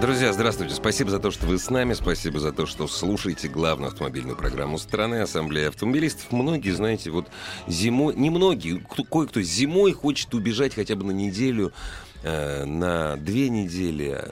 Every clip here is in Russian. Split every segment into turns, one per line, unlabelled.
Друзья, здравствуйте. Спасибо за то, что вы с нами. Спасибо за то, что слушаете главную автомобильную программу страны Ассамблея автомобилистов. Многие, знаете, вот зимой... Не многие, кто- кое-кто зимой хочет убежать хотя бы на неделю, э, на две недели э,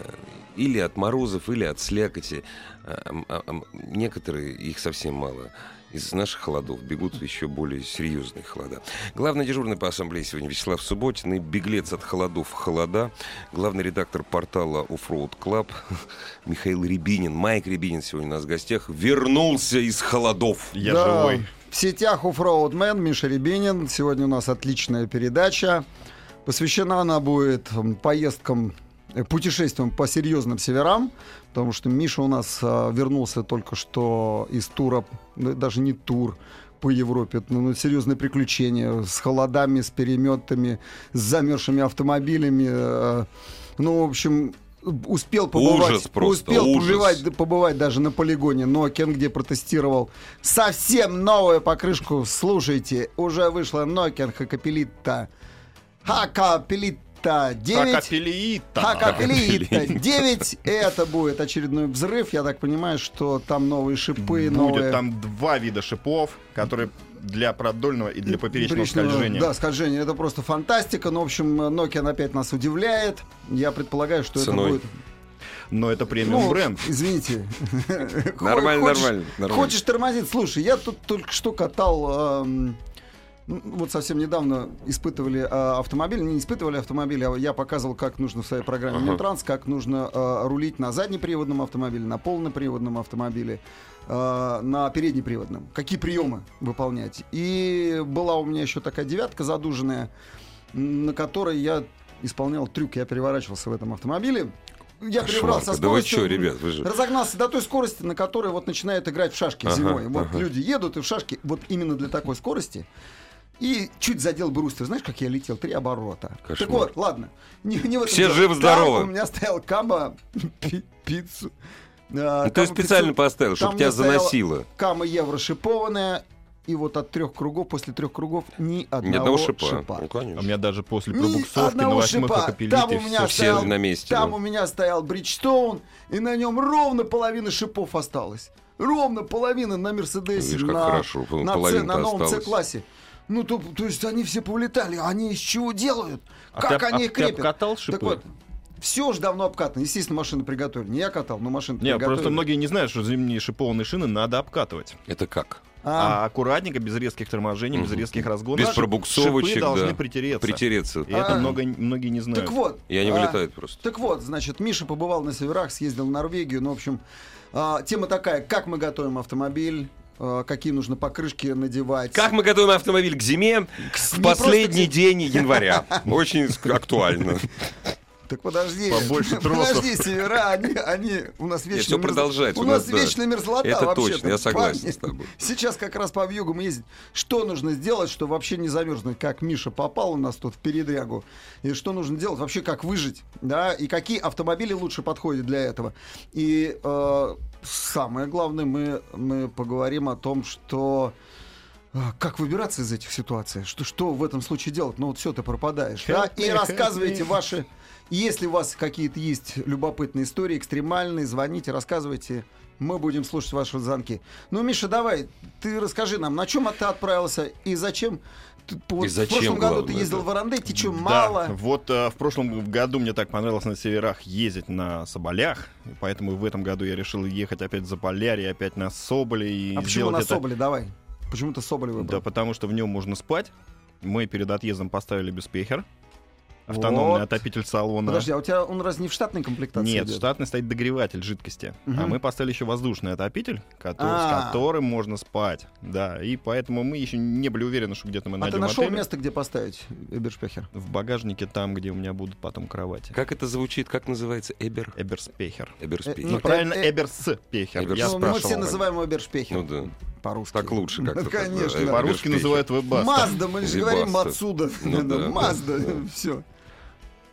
или от морозов, или от слякоти. А, а, а, некоторые, их совсем мало, из наших холодов бегут еще более серьезные холода. Главный дежурный по ассамблее сегодня Вячеслав Субботин и беглец от холодов в холода, главный редактор портала Offroad Club Михаил Рябинин, Майк Рябинин сегодня у нас в гостях, вернулся из холодов.
Я
Да,
живой.
В сетях Уфроудмен, Миша Рябинин. Сегодня у нас отличная передача. Посвящена она будет м, поездкам, э, путешествиям по серьезным северам, потому что Миша у нас а, вернулся только что из тура, ну, даже не тур, по Европе. Это, ну, серьезные приключения с холодами, с переметами, с замерзшими автомобилями. э, Ну, в общем, успел побывать,
Ужас просто,
успел
ужас.
побывать да, побывать даже на полигоне. Но Кен где протестировал совсем новую покрышку. Слушайте, уже вышла Nokia Хакапелита. Хакапелита 9.
Акапелиита.
Хакапелита 9. И Это будет очередной взрыв. Я так понимаю, что там новые шипы,
Будет
новые...
там два вида шипов, которые для продольного и для поперечного
Бричного-
скольжения.
Да, скольжение. Это просто фантастика. Ну, в общем, Nokia опять нас удивляет. Я предполагаю, что
Ценой.
это будет...
Но это премиум
Ну,
бренд.
Извините.
Нормально,
Хочешь-
нормально, нормально.
Хочешь тормозить? Слушай, я тут только что катал. эм, ну, вот совсем недавно испытывали э, автомобиль, не испытывали автомобиль, а я показывал, как нужно в своей программе
Ага.
Минтранс, как нужно э, рулить на заднеприводном автомобиле, на полноприводном автомобиле, э, на переднеприводном. Какие приемы выполнять? И была у меня еще такая девятка задуженная, м, на которой я исполнял трюк, я переворачивался в этом автомобиле. Я перебрал со
Кошмарка. Да вы
скоростью,
чё, ребят, вы же-
разогнался до той скорости, на которой вот начинает играть в шашки
Ага,
зимой. Вот
ага.
люди едут и в шашки вот именно для такой скорости. И чуть задел брустер. Знаешь, как я летел? Три оборота.
Кошмар.
Так вот, ладно. Не, не в этом
Все
дело.
живы-здоровы.
Там У меня стоял камбо пи- пиццу. А,
Ну, ты
Камбо
специально
пиццу.
поставил, чтобы
Там
тебя
мне стояло
заносило.
Кама евро шипованная. И вот от трех кругов, после трех кругов ни одного,
Ни одного шипа.
шипа. А
Ну, конечно.
У меня даже после
Ни
пробуксовки на
одного
восьмых
шипа.
акапелите
Там у меня
всё.
Все
стоял-
на месте.
Там
да.
у меня стоял Бриджстоун, и на нем ровно половина шипов осталось. Ровно половина на Мерседесе.
Видишь, как
на,
хорошо, пол-
на, Ц-
половина-то
на новом
осталось.
С-классе. Ну, то, то есть они все повлетали. Они из чего делают?
А
как
ты- а
они их
ты
крепят?
обкатал шипы?
Так вот, все же давно обкатано. Естественно, машины приготовили. Не я катал, но машины
Не,
приготовили.
просто многие не знают, что зимние шипованные шины надо обкатывать.
Это как?
А,
А, аккуратненько, без резких торможений, без
Мгм.
резких разгонов.
Без
Шип-
пробуксовочек,
Шипы должны
да.
притереться.
Притереться.
И это
А.
много, многие не знают.
так вот.
И они
а,
вылетают просто.
Так вот, значит, Миша побывал на северах, съездил в Норвегию. Ну, в общем, а, тема такая, как мы готовим автомобиль, а, какие нужно покрышки надевать.
Как мы готовим автомобиль к зиме в
не
последний
просто к
день января? Очень ск- актуально.
Так подожди.
Побольше тросов.
Подожди, севера, они, они у нас вечно...
всё продолжается,
У,
у
нас,
нас, да.
вечная мерзлота
Это
вообще-то,
точно, я согласен
парни.
с тобой.
Сейчас как раз по вьюгам ездить. Что нужно сделать, чтобы вообще не замерзнуть? Как Миша попал у нас тут в передрягу? И что нужно делать? Вообще как выжить? Да? И какие автомобили лучше подходят для этого? И э, самое главное, мы, мы поговорим о том, что... э, Как выбираться из этих ситуаций? Что, что в этом случае делать? Ну вот все, ты пропадаешь. да?
Help me,
И
help
рассказывайте
me.
ваши если у вас какие-то есть любопытные истории, экстремальные, звоните, рассказывайте. Мы будем слушать ваши звонки. Ну, Миша, давай, ты расскажи нам, на чем ты отправился и зачем? Ты, вот
зачем,
в прошлом году
главное,
ты ездил
да.
в Арандей, тебе что,
Да,
мало?
Вот э, в прошлом году мне так понравилось на северах ездить на Соболях, и поэтому в этом году я решил ехать опять за Полярье, опять на Соболе и
а почему
сделать
на
это.
Соболе? Давай. Почему ты Соболе выбрал?
Да, потому что в нем можно спать. Мы перед отъездом поставили беспехер. Автономный
Вот.
отопитель салона.
Подожди, а у тебя он раз не в штатной комплектации?
Нет,
идет?
штатный стоит догреватель жидкости. А
Мгм.
мы поставили еще воздушный отопитель, кото-
А.
с которым можно спать. Да, и поэтому мы еще не были уверены, что где-то мы
А ты
найдем
нашел
отель.
место, где поставить Эбершпехер?
В багажнике там, где у меня будут потом кровати.
Как это звучит? Как называется? Эбер?
Эберспехер.
Эберспи.
Э,
Ну,
э,
правильно,
э,
Эберспехер.
Эберс-
Я
Ну, мы
спрашивал
все
об
называем его Эбершпехер.
Ну да.
По-русски.
Так лучше как-то.
Ну,
так, да.
Конечно.
Эбер-
По-русски
Эберспехер.
называют веб-баста.
Мазда, мы же
Зибаста.
говорим отсюда.
Ну да, да,
Мазда,
да.
все.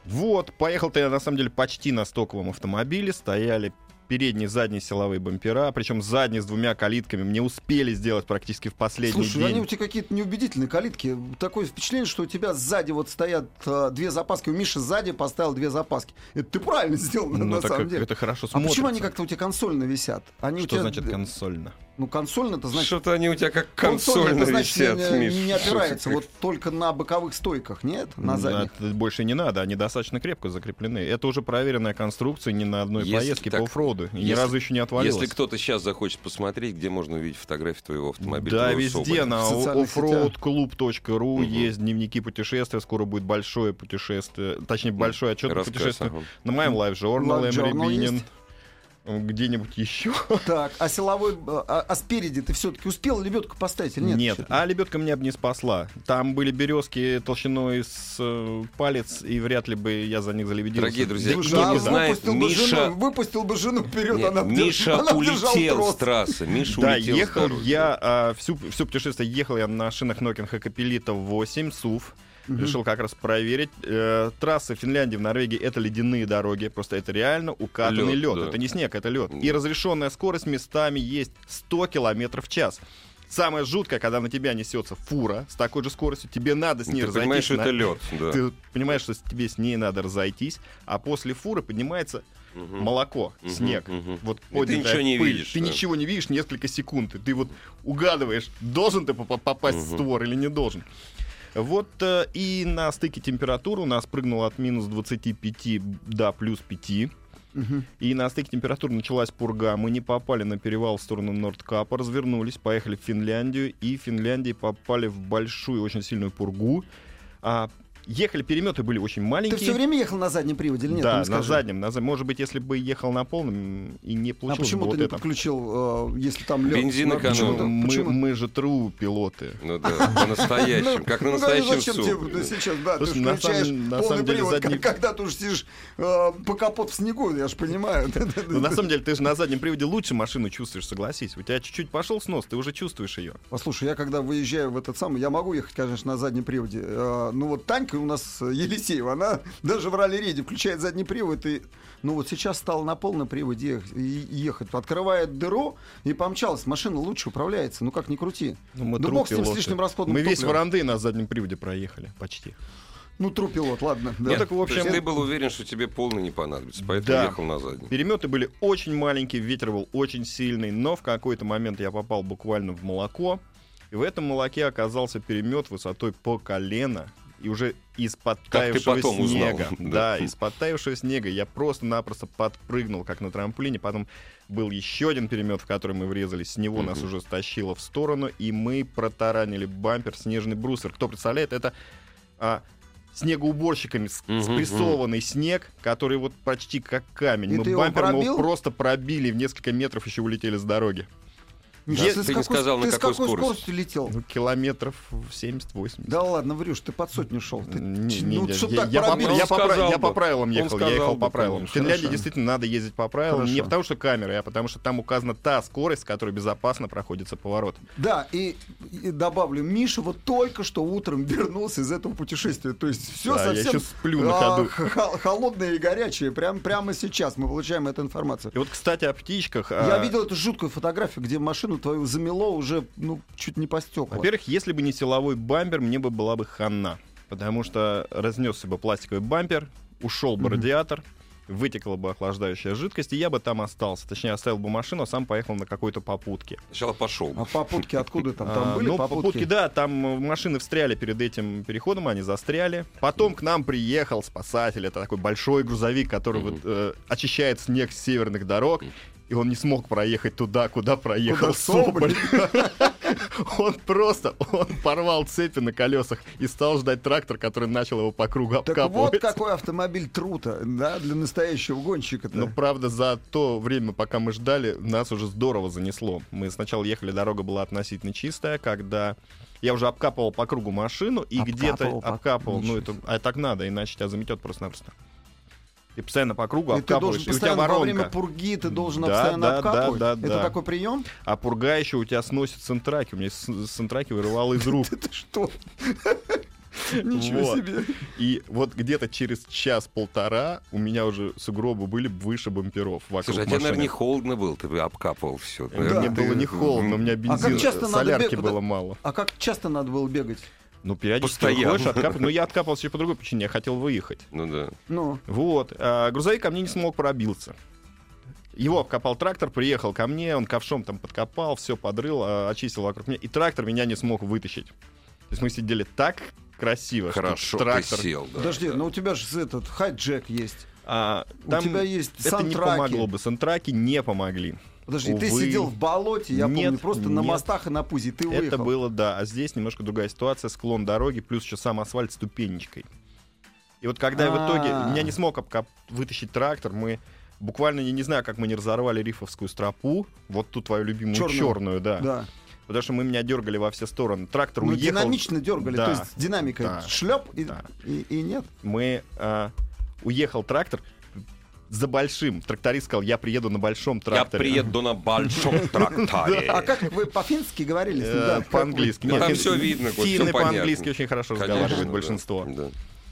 Вот, поехал-то я на самом деле почти на стоковом автомобиле, стояли передние, задние силовые бампера, причем задние с двумя калитками мне успели сделать практически в последний
Слушай, ну
день.
они у тебя какие-то неубедительные калитки. Такое впечатление, что у тебя сзади вот стоят э, две запаски. У Миши сзади поставил две запаски. Это ты правильно сделал,
Ну,
на
так
самом
как
деле.
это хорошо
А
смотрится.
почему они как-то у тебя консольно висят? Они у
Что
тебя...
значит консольно?
Ну, консольно это значит...
Что-то они у тебя как
консольно,
консольно
это значит,
висят,
не, не-
Миш.
не
Что
опирается.
ты-
Вот только на боковых стойках, нет? На
Ну,
задних.
да, это больше не надо, они достаточно крепко закреплены. Это уже проверенная конструкция ни на одной
Если
поездке
так-
по оффроду. И ни
если-
разу еще не отвалилось.
Если кто-то сейчас захочет посмотреть, где можно увидеть фотографии твоего автомобиля?
Да,
твоего
везде
Соболя?
на
В социальных
offroadclub.ru
Мгм.
есть дневники путешествия. Скоро будет большое путешествие, точнее, большой отчет о
Рассказ,
путешествии.
ага.
На моем Live Journal
Live Journal
Рябинин.
есть?
Где-нибудь еще?
Так, а силовой... э, А, а спереди ты все-таки успел лебедку поставить или нет? Чё-то.
А лебедка меня бы не спасла. Там были березки толщиной с э, палец, и вряд ли бы я за них залебедился.
Дорогие друзья,
Да
Слушай,
кто
а
не
не
знает,
выпустил бы
Миша-
жену, выпустил бы жену вперед,
Нет,
она, б-
Миша
она б держала
улетел
трос.
с трассы. Миша
Да,
улетел с
ехал
дороги.
я а, всю, всю путешествие ехал я на шинах Нокинга Капелита 8 СУВ. Решил как раз проверить. Э, трассы в Финляндии, в Норвегии это ледяные дороги. Просто это реально укатанный
Лёд,
лед.
да.
Это не снег, это лед. И
Да.
разрешенная скорость местами есть 100 километров в час. Самое жуткое, когда на тебя несется фура с такой же скоростью, тебе надо с
Ну,
ней
Ты
разойтись.
понимаешь, что
на-
это лед. да.
Ты понимаешь, что с- тебе с ней надо разойтись, а после фуры поднимается
Мгм.
молоко,
Мгм,
снег.
мгм.
Вот
И ты
поднятая
ничего не
пыль.
видишь,
Ты
да.
ничего не видишь несколько секунд. И ты вот угадываешь, должен ты поп- попасть в
Мгм.
створ или не должен. Вот э, и на стыке температур у нас прыгнуло от минус 25 до плюс 5.
Мгм.
И на стыке температур началась пурга. Мы не попали на перевал в сторону Нордкапа, развернулись, поехали в Финляндию. И в Финляндии попали в большую, очень сильную пургу. А, ехали, переметы были очень
Ты
маленькие.
все время ехал на заднем приводе или нет? Ты
да,
мне
на
скажи.
заднем, на за- Может быть, если бы ехал на полном и не
А
получилось бы
почему
вот
ты не
это.
подключил, э, если там лед?
Бензин экономил.
Почему?
мы,
почему?
мы же тру пилоты.
Ну да, по-настоящему. Как на
Ну, говорю,
настоящем
зачем тебе это
суд.
сейчас, да, ты
Слушай,
же
на самом-
включаешь
на
полный
самом деле
привод,
задний-
как- когда ты уж сидишь э, по капот в снегу, я же понимаю.
Ну, на самом деле, ты же на заднем приводе лучше машину чувствуешь, согласись. У тебя чуть-чуть пошел снос, ты уже чувствуешь ее.
Послушай, я когда выезжаю в этот самый, я могу ехать, конечно, на заднем приводе. э, Ну вот Танька у нас э, Елисеева, она даже в ралли-рейде включает задний привод и, ну вот сейчас стал на полном приводе ех- и- ехать, открывает дыру и помчалась. Машина лучше управляется, ну как ни крути.
Ну, мы
да
тру
бог с ним с
пилоты.
лишним расходом
Мы весь
топлива.
варанды на заднем приводе проехали почти.
Ну трупилот, ладно. да. Э,
Нет,
так, в
то есть
общем-
ты был уверен, что тебе полный не понадобится, поэтому
Да.
ехал на задний.
Переметы были очень маленькие, ветер был очень сильный, но в какой-то момент я попал буквально в молоко. И в этом молоке оказался перемет высотой по колено. И уже из подтаявшего
потом узнал,
снега.
да.
Да, из подтаявшего снега я просто-напросто подпрыгнул, как на трамплине. Потом был еще один перемет, в который мы врезались. С него нас
Мгм.
уже стащило в сторону, и мы протаранили бампер снежный брусер. Кто представляет, это а, снегоуборщиками с-
Мгм,
спрессованный снег, который вот почти как камень.
И
мы
ты его
бампер мы
пробил?
его просто пробили, в несколько метров еще улетели с дороги.
Миша,
Нет,
с
ты не
какой-
сказал, на
ты с
какой
какой
скорости.
скоростью летел?
Ну, километров 70-80.
Да ладно, врешь, ты под сотню шел. Ты-
Не- не,
ну,
я-
чтоб
я-
так
я по-
пробили.
Он
я по пра-
сказал
я по
бы.
правилам
Он
ехал, я
сказал
ехал
бы,
по правилам. В
конечно.
Финляндии
Хорошо.
действительно надо ездить по правилам, не
Хорошо.
потому что камера, а потому что там указана та скорость, с которой безопасно проходится поворот.
Да, и, и добавлю, Миша вот только что утром вернулся из этого путешествия. То есть все
Да, я
совсем а,
еще сплю на ходу.
х- хо- холодное и горячее. Прям, прямо сейчас мы получаем эту информацию.
И вот, кстати, о птичках.
Я
а,
видел эту жуткую фотографию, где машину твою замело уже, ну, чуть не по стеклам.
Во-первых, если бы не силовой бампер, мне бы была бы хана. Потому что разнесся бы пластиковый бампер, ушел бы
Мгм.
радиатор, вытекла бы охлаждающая жидкость, и я бы там остался. Точнее, оставил бы машину, а сам поехал на какой-то попутке.
Сначала пошел.
А попутки откуда там? Там
А,
были
ну,
попутки?
да, там э, машины встряли перед этим переходом, они застряли. Потом к нам приехал спасатель, это такой большой грузовик, который
Мгм.
вот, э, очищает снег с северных дорог, и он не смог проехать туда, куда проехал
Куда Соболь.
Соболь. Он просто, он порвал цепи на колесах и стал ждать трактор, который начал его по кругу
Так
обкапывать.
вот какой автомобиль трута, да, для настоящего гонщика-то.
Но Ну, правда, за то время, пока мы ждали, нас уже здорово занесло. Мы сначала ехали, дорога была относительно чистая, когда я уже обкапывал по кругу машину и
Обкапывал
где-то
по-
обкапывал. Ну,
ничего
это, а так надо, иначе тебя заметет просто-напросто. Ты постоянно по кругу
И ты должен
обкапываешь, и у тебя
постоянно во время
воронка.
пурги ты должен
Да,
постоянно
да, да,
обкапывать.
да,
Это
да.
такой прием?
А пурга еще у тебя сносит центраки. У меня с- центраки вырывало из рук.
Это что? Ничего
Вот.
себе.
И вот где-то через час-полтора у меня уже сугробы были выше бамперов вокруг
Слушай, а тебе,
машины.
наверное, не холодно было, ты бы обкапывал все.
Мне было не холодно, у меня бензин,
А
э,
часто надо
солярки
бегать?
было мало.
А как часто надо было бегать?
Ну, периодически
Постоянно.
выходишь, откапываешь. Ну, я откапывался еще по другой причине, я хотел выехать.
Ну да.
Ну,
Вот. а, грузовик ко мне не смог пробиться. Его обкопал трактор, приехал ко мне, он ковшом там подкопал, все подрыл, а, очистил вокруг меня. И трактор меня не смог вытащить. То есть мы сидели так красиво, что
Хорошо,
трактор...
ты сел. Да.
подожди, но у тебя же этот хайджек есть.
а,
У
там
тебя есть
это не
сантраки.
помогло бы. Сантраки не помогли.
Подожди, ты
Увы.
сидел в болоте, я
Нет,
помню, просто на
нет.
мостах и на пузе, и ты
Это
выехал.
было, да. А здесь немножко другая ситуация. Склон дороги, плюс еще сам асфальт ступенечкой. И вот когда я в
А.
итоге... Меня не смог обкап- вытащить трактор, мы... Буквально, я не знаю, как мы не разорвали рифовскую стропу, вот ту твою любимую
Чёрную.
черную, да.
Да.
потому что мы меня дергали во все стороны. Трактор
Ну,
уехал,
динамично дергали,
Да.
то есть динамика.
Да.
Шлеп и,
Да.
и- и нет.
мы а, уехал трактор за большим. Тракторист сказал, я приеду на большом
Я
тракторе.
приеду на большом тракторе.
А как вы по-фински говорили?
Э,
Да, как вы-
по-английски.
Ну,
Нет,
там
фин-
всё видно, вот всё
финны
понятно.
по-английски очень хорошо
Конечно,
разговаривают
да.
большинство.
Да.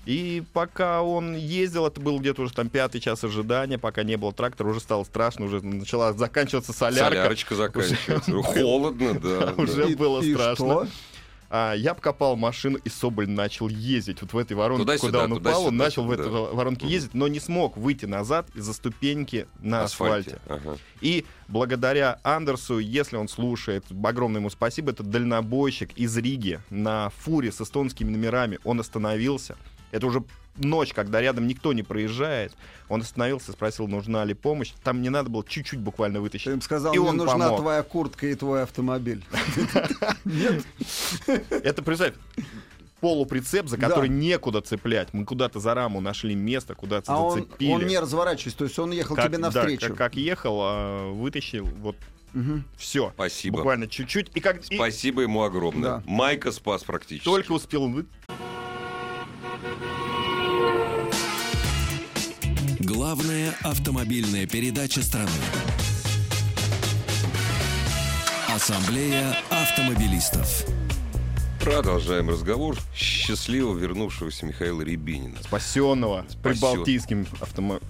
И пока он ездил, это был где-то уже там пятый час ожидания, пока не было трактора, уже стало страшно, уже начала заканчиваться солярка.
Солярочка заканчивается. Холодно, да. да.
Уже было
и
страшно.
что?
А, я покопал машину, и Соболь начал ездить вот в этой воронке,
Туда-сюда,
куда он упал, он
туда-сюда,
начал в
да.
этой воронке
Мгм.
ездить, но не смог выйти назад из-за ступеньки на асфальте.
Ага.
И благодаря Андерсу, если он слушает, огромное ему спасибо, это дальнобойщик из Риги на фуре с эстонскими номерами. Он остановился. Это уже ночь, когда рядом никто не проезжает. Он остановился, спросил, нужна ли помощь. Там мне надо было чуть-чуть буквально
Ты
вытащить.
им сказал,
И
мне
он
нужна
помог.
твоя куртка и твой автомобиль. Нет?
Это, представь, полуприцеп, за
Да.
который некуда цеплять. Мы куда-то за раму нашли место, куда-то
А он,
зацепили.
он не разворачивается, то есть он ехал
Как-
тебе
да,
навстречу.
как, как ехал, а, вытащил, вот
Мгм.
все.
Спасибо.
Буквально чуть-чуть. И как и
Спасибо ему огромное.
Да.
Майка спас практически.
только успел он вы-
Главная автомобильная передача страны. Ассамблея автомобилистов.
Продолжаем разговор счастливо вернувшегося Михаила Рябинина.
спасенного
Спасен.
прибалтийским автомо-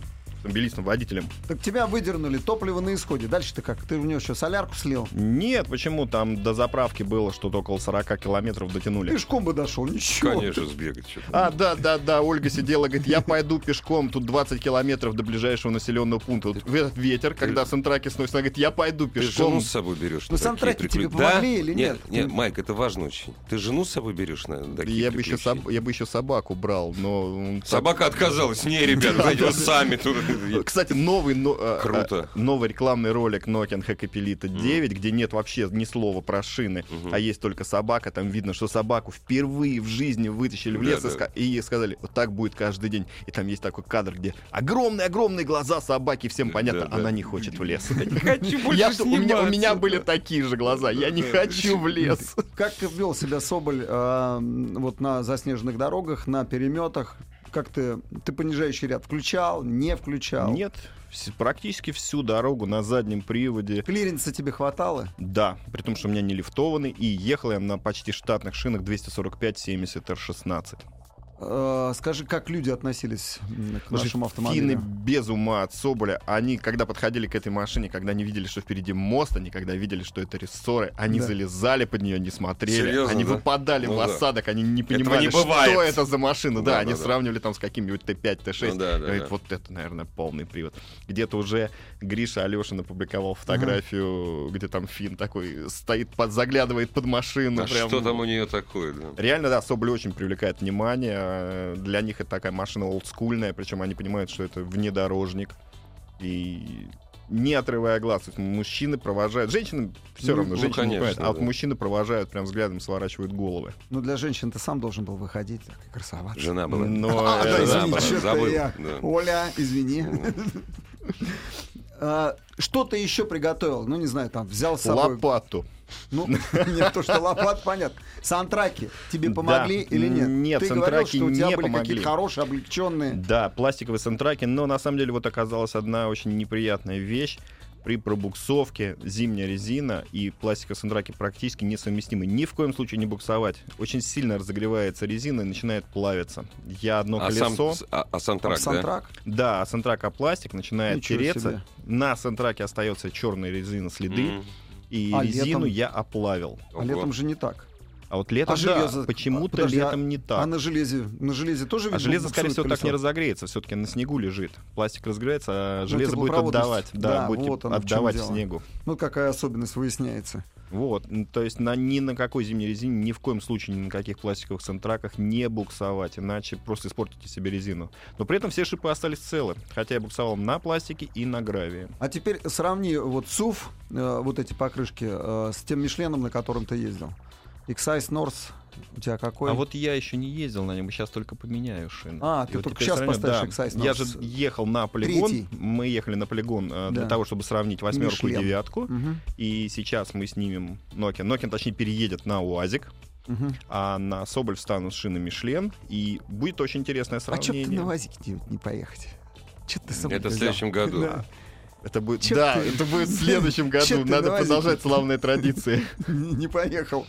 автомобилистом, водителем.
Так тебя выдернули, топливо на исходе. Дальше ты как? Ты у него еще солярку слил?
Нет, почему там до заправки было что-то около 40 километров дотянули?
Пешком бы дошел, ничего.
Конечно, сбегать. чё там.
А, да, да, да, Ольга сидела, говорит, я пойду пешком, тут 20 километров до ближайшего населенного пункта. Вот в этот ветер, когда сантраки сносят, она говорит, я пойду
Ты жену
пешком.
с собой берешь на
Ну,
такие
сантраки тебе
приключ- Да?
помогли или нет?
Нет, Майк, это важно очень. Ты жену с собой берешь на такие
Я бы, еще
приключения?
соб- я бы еще собаку брал, но... м,
Собака отказалась. Не, ребят, давайте вы сами тут.
Кстати, новый, но- э,
Круто.
э, новый рекламный ролик Nokia Hackapelita 9, где нет вообще ни слова про шины, а есть только собака. Там видно, что собаку впервые в жизни вытащили в
Да,
лес и
да.
ска- и, ей сказали, вот так будет каждый день. И там есть такой кадр, где огромные-огромные глаза собаки, всем
Да,
понятно,
Э, да.
она не хочет в лес.
Хочу
Я- у, меня, у меня были такие же глаза, я не хочу в лес.
Как вел себя Соболь э, вот на заснеженных дорогах, на переметах? Как ты, ты понижающий ряд включал, не включал?
Нет, вс- практически всю дорогу на заднем приводе
Клиренса тебе хватало?
Да, при том, что у меня не лифтованный, и ехал я на почти штатных шинах 245-70 R16.
Э, скажи, как люди относились м, к нашему
финны
автомобилю?
без ума от Соболя, они, когда подходили к этой машине, когда не видели, что впереди мост, они когда видели, что это рессоры, они
Да.
залезали под нее, не смотрели,
Серьезно,
они
да?
выпадали
Ну
в
да.
осадок, они не
Этого не
понимали,
бывает.
что это за машина. Да,
Да,
они
да, да.
сравнивали там с каким-нибудь Т5, Т6.
Ну да, да,
Говорит,
да.
вот это, наверное, полный привод. Где-то уже Гриша Алешин опубликовал фотографию, где там Фин такой стоит, под, заглядывает под машину.
А
прям
что там у нее такое? да?
Реально, да, Соболь очень привлекает внимание. э, Для них это такая машина олдскульная, причем они понимают, что это внедорожник. И не отрывая глаз. То есть мужчины провожают. Женщины все
Ну,
равно,
ну,
женщины не
конечно,
понимают, а вот
да.
мужчины провожают, прям взглядом сворачивают головы.
Ну, для женщин ты сам должен был выходить, так, и красоваться.
Жена была.
Но
А,
э,
да,
жена
да,
извини,
была,
чё-то
забыл,
я.
да.
Оля, извини. А, Что ты еще приготовил? Ну, не знаю, там взял с собой...
лопату.
Ну, нет, то, что лопат, понятно. Сантраки тебе
Да.
помогли или нет?
Нет,
Ты говорил,
сантраки
что у тебя
не
были
помогли.
какие-то хорошие, облегченные.
Да, пластиковые сантраки, но на самом деле вот оказалась одна очень неприятная вещь. При пробуксовке зимняя резина и пластиковые сантраки практически несовместимы. Ни в коем случае не буксовать. Очень сильно разогревается резина и начинает плавиться. Я одно
А сам,
колесо...
а, а сам
Там
трак, да?
сантрак.
Да, сантрак а пластик начинает
Ничего
тереться.
себе.
На сантраке остается черная резина следы,
М.
и
А
резину
летом?
я оплавил.
А
Ого.
летом же не так.
А вот летом
А
да,
железо-
почему-то
подожди, а-
летом не так.
А на железе? На железе тоже
А
ведь
железо,
буксует
скорее всего, так
колесо?
не разогреется. Все-таки на снегу лежит. Пластик разгорается, а
Ну,
железо будет отдавать.
теплопроводность.
Да,
Да,
будет
вот оно в чем
отдавать
дело.
снегу.
Ну, какая особенность выясняется.
Вот. М, То есть на, ни на какой зимней резине, ни в коем случае, ни на каких пластиковых сантраках не буксовать, иначе просто испортите себе резину. Но при этом все шипы остались целы. Хотя я буксовал на пластике и на гравии.
А теперь сравни вот СУФ, э, вот эти покрышки, э, с тем Мишленом, на котором ты ездил. Excise North у тебя какой?
А вот я еще не ездил на нем, сейчас только поменяю шины.
А, ты
вот
только
теперь
щас
сравню.
поставишь Excise на
Я
с-
же ехал на полигон.
Третий.
Мы ехали на полигон э, для
Да.
того, чтобы сравнить восьмерку и
Мишлен.
девятку.
Мгм,
И сейчас мы снимем Nokia. Nokia, точнее, переедет на УАЗик,
мгм.
а на Соболь встанут шины Мишлен. И будет очень интересное
А чё бы
сравнение.
ты на ВАЗике не- не поехать? Чё ты сам
Это в
взял?
следующем году.
Да.
Это будет,
Чё
да,
ты-
это будет в следующем
Чё
году.
ты
Надо
на УАЗике?
продолжать славные традиции.
Не не поехал.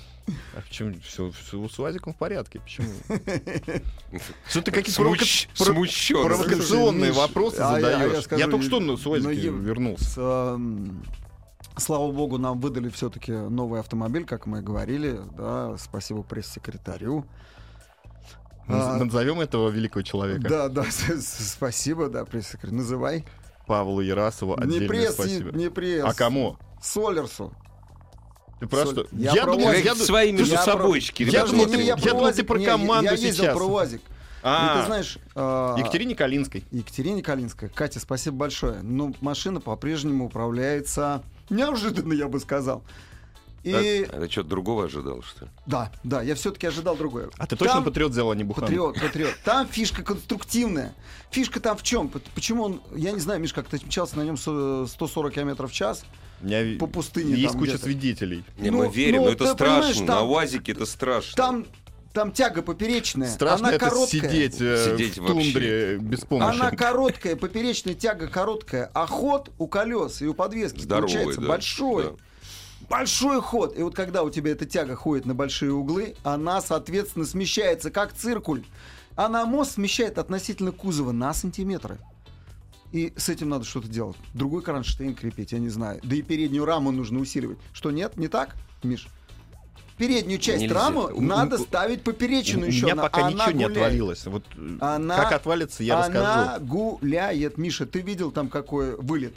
А почему все, с УАЗиком в порядке? Почему? Что ты
Какие
какие провока- про-
Смущен.
Слушай,
провокационные
Миш,
вопросы
а я- а я
задаешь? Я
скажу,
только что ну, с
но
УАЗика
я-
вернулся.
С, эм, Слава богу, нам выдали все-таки новый автомобиль, как мы и говорили. Да, спасибо пресс-секретарю. А,
Назовем этого великого человека.
Да, да, с- с- спасибо, да, пресс-секретарь. Называй.
Павлу Ярасову
Не
отдельное
пресс, не,
спасибо.
не пресс.
А кому?
Солерсу.
Ты про что?
Соль. Я
Я
про
думал,
УАЗик.
я ду-
своими
Ты
между
я
собой.
про-
Я
Подожди,
думал,
не,
ты-
я
я
про
думал, ты
УАЗик.
про
Не,
команду
Я ездил
сейчас.
про УАЗик. И
А,
Ну, ты знаешь... а,
Екатерине Калинской.
Екатерине Калинской. Катя, спасибо большое. Ну, машина по-прежнему управляется неожиданно, я бы сказал. И
А ты что, другого ожидал, что ли?
да, да, я все-таки ожидал другое.
А ты точно
Там-
патриот взял, а не Бухан?
Патриот, патриот. Там фишка конструктивная. Фишка там в чем? Почему он, я не знаю, Миш, как ты мчался на нем со- 140 км в час
У меня
по пустыне.
Есть
там
куча
где-то.
свидетелей.
Не,
Ну,
мы верим,
ну,
но это
ты понимаешь,
страшно.
там-
На УАЗике это страшно.
Там, там тяга поперечная,
Страшно
Э, она
это
короткая.
сидеть, э,
Сидеть
в
вообще.
тундре без помощи.
Она короткая, поперечная тяга короткая, а ход у колес и у подвески
Здоровый,
получается
да.
большой.
Да.
Большой ход. И вот когда у тебя эта тяга ходит на большие углы, она, соответственно, смещается, как циркуль. Она мост смещает относительно кузова на сантиметры. И с этим надо что-то делать. Другой кронштейн крепить, я не знаю. Да и переднюю раму нужно усиливать. Что, нет? Не так, Миш? Переднюю часть
Нельзя.
рамы
У-
надо
у-
ставить
У
поперечную еще.
меня
Она-
пока
она
ничего не
гуляет.
отвалилось. Вот э,
Она-
как отвалится, я
Она
расскажу.
гуляет, Миша. Ты видел там какой вылет?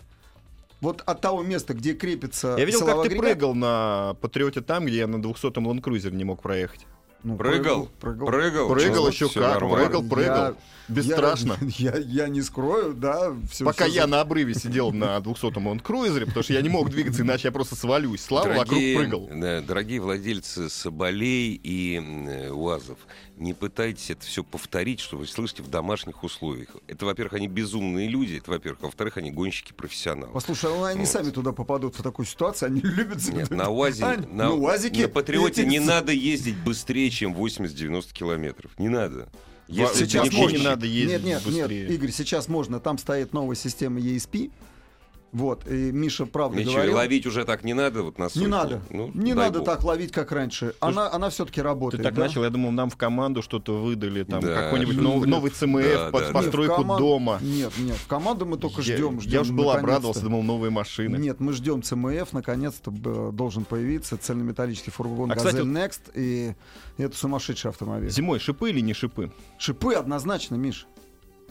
Вот от того места, где крепится
Я видел, как ты
силовой агрегат.
прыгал на Патриоте там, где я на 200-м ландкрузере не мог проехать.
Ну,
Прыгал,
прыгал.
прыгал,
Прыгал
Ну,
еще
всё
как,
нормально.
прыгал, прыгал. Бесстрашно.
Я, я, не скрою, да. всё-
Пока
всё
я
за-
на обрыве сидел на 200-м ландкрузере, потому что я не мог двигаться, иначе я просто свалюсь. Слава вокруг
Дорогие,
прыгал.
да, дорогие владельцы Соболей и м, э, УАЗов, не пытайтесь это все повторить, что вы слышите в домашних условиях. Это, во-первых, они безумные люди, это, во-первых. а Во-вторых, они гонщики-профессионалы.
Послушай, ну, они
Вот.
сами туда попадут в такую ситуацию, они любят...
Нет, на УАЗе,
Ань,
на,
ну, УАЗики-
на Патриоте не
эти-
надо ездить быстрее, чем 80-90 километров. Не надо. Если
Сейчас
ты не
можно.
гонщик.
Не надо ездить
Нет, нет,
быстрее.
нет, Игорь, сейчас можно. Там стоит новая система ESP. Вот, и Миша правда
Ничего, и
говорил.
ловить уже так не надо, вот на
Не
сотню.
надо.
Ну,
не
дай
надо
бог.
так ловить, как раньше. Она, она все-таки
Ты
работает.
так
да?
начал, я думал, нам в команду что-то выдали, там
Да.
какой-нибудь
Ну,
нов- новый
да, да,
ЦМФ под
да.
Не, в
постройку
коман-
дома.
Нет, нет, в команду мы только
Я-
ждем. ждем
Я уж был
наконец-то.
обрадовался, думал, новые машины.
Нет, мы ждем ЦМФ, наконец-то б- должен появиться цельнометаллический фургон
А, кстати,
«Газель Next», и это сумасшедший автомобиль.
Зимой шипы или не шипы?
Шипы однозначно, Миш.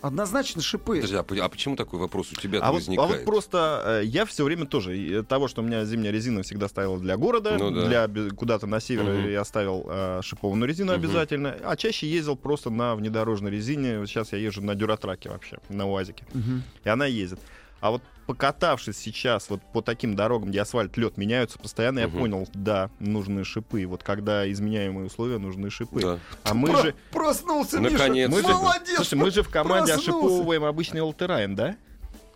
Однозначно шипы.
Подожди, а по- а почему такой вопрос у тебя
А вот, а
возникает?
вот просто э, я все время тоже и от того, что у меня зимняя резина всегда стояла для города,
Ну да.
для бе- куда-то на север
Мгм.
я ставил э, шипованную резину
Мгм.
обязательно, а чаще ездил просто на внедорожной резине. Сейчас я езжу на дюратраке вообще, на УАЗике,
Мгм.
и она ездит. А вот покатавшись сейчас вот по таким дорогам, где асфальт, лед меняются постоянно, я
Мгм.
понял, да, нужны шипы. И Вот когда изменяемые условия, нужны шипы.
Да.
А мы
Про-
же...
Проснулся,
Наконец-то.
Миша.
Мы же-
Молодец.
Слушай, мы же в команде
Проснулся.
ошиповываем обычный Олтерайн, да?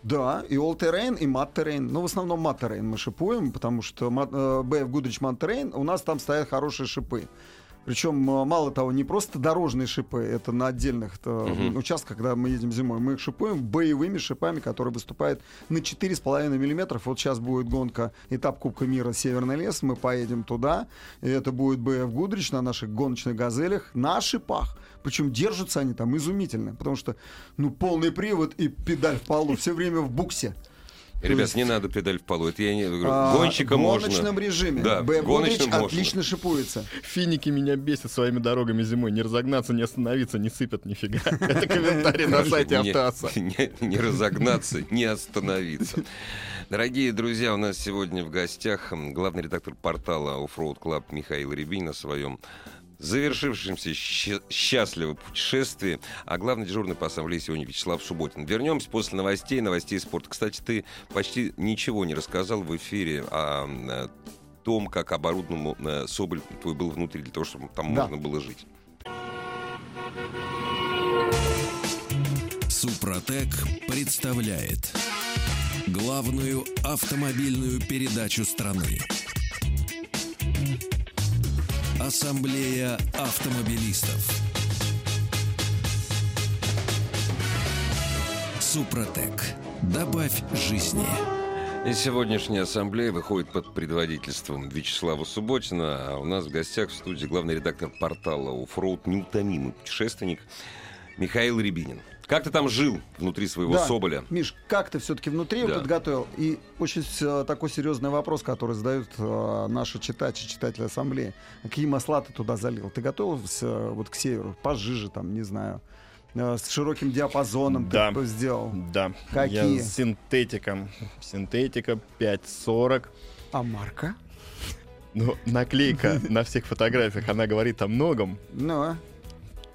Да, и All Terrain, и Mad Terrain. Ну, в основном Mad Terrain мы шипуем, потому что Ма- э, BF Goodrich Mad Terrain, у нас там стоят хорошие шипы. Причем, э, мало того, не просто дорожные шипы, это на отдельных э,
Мгм.
участках, когда мы едем зимой, мы их шипуем боевыми шипами, которые выступают на 4,5 миллиметров. Вот сейчас будет гонка, этап Кубка мира «Северный лес», мы поедем туда, и это будет BF Гудрич на наших гоночных «Газелях» на шипах. Причем держатся они там изумительно, потому что, ну, полный привод и педаль в полу, все время в буксе.
Ребят, не надо педаль в полу. Это я не говорю.
А,
Гонщика
в
можно.
гоночном режиме.
Да,
BF
в гоночном
Goodrich
можно.
отлично шипуется.
Финики меня бесят своими дорогами зимой. Не разогнаться, не остановиться, не сыпят нифига. Это комментарий на сайте
Не-
Автоаса.
Не, не разогнаться, не остановиться. Дорогие друзья, у нас сегодня в гостях м, главный редактор портала Offroad Club Михаил Рябин на своем завершившемся ща- счастливо путешествии, а главный дежурный по ассамблее сегодня Вячеслав Субботин. Вернемся после новостей, новостей спорта. Кстати, ты почти ничего не рассказал в эфире о м, э, том, как оборудованному э, Соболь твой был внутри, для того, чтобы там
Да.
можно было жить.
Супротек представляет главную автомобильную передачу страны. Ассамблея автомобилистов. Супротек. Добавь жизни.
И сегодняшняя ассамблея выходит под предводительством Вячеслава Субботина, а у нас в гостях в студии главный редактор портала «Оффроуд» неутомимый путешественник Михаил Рябинин. Как ты там жил внутри своего
Да.
Соболя?
Миш, как ты все-таки внутри
Да.
вот подготовил? И очень э, такой серьезный вопрос, который задают э, наши читачи, читатели ассамблеи. Какие масла ты туда залил? Ты готовился э, вот к северу? Пожиже там, не знаю. Э, С широким диапазоном
Да.
ты бы сделал.
Да.
Какие?
Я с синтетиком. Синтетика 540.
А марка?
Ну, наклейка на всех фотографиях, она говорит о многом.
Ну, а,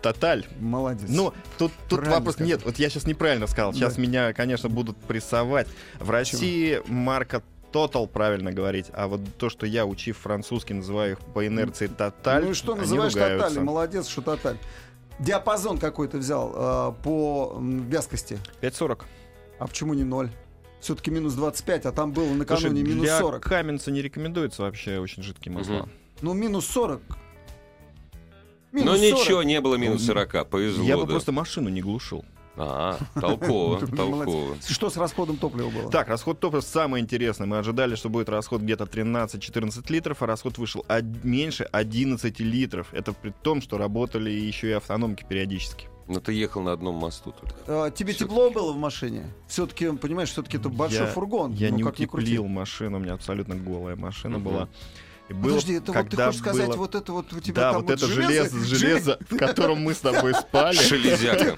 Тоталь.
молодец.
Ну, тут, тут
Правильно
вопрос
сказал.
нет. Вот я сейчас неправильно сказал. Сейчас
Да.
меня, конечно, будут прессовать. В России марка Total, правильно говорить. А вот то, что я, учив французский, называю их по инерции Тоталь.
ну и что
они
называешь
ругаются.
тоталь? Молодец, что тоталь. Диапазон какой ты взял э, по м, вязкости?
540.
А почему не ноль? Все-таки минус 25, а там было накануне
Слушай,
минус
для
40.
каменца не рекомендуется вообще очень жидкие масла.
Мгм.
Ну, минус 40.
Но
Ну,
Минус 40.
ничего, не было минус 40, повезло.
Я бы
да.
просто машину не глушил.
А, толково, толково.
Ну, Что с расходом топлива было?
Так, расход топлива самый интересный. Мы ожидали, что будет расход где-то 13-14 литров, а расход вышел од- меньше 11 литров. Это при том, что работали еще и автономки периодически.
Но ты ехал на одном мосту только.
Э, тебе
Всё-таки.
тепло было в машине? Все-таки, понимаешь, все-таки это
Я-
большой фургон.
Я
ну,
не
как ни крути.
утеплил машину, у меня абсолютно голая машина
Мгм.
была. И было,
Подожди, это вот ты
когда
хочешь сказать,
было-
вот это вот у тебя
Да,
там
вот это
железо,
железо, железо, в котором мы с тобой спали.
Шелезяка.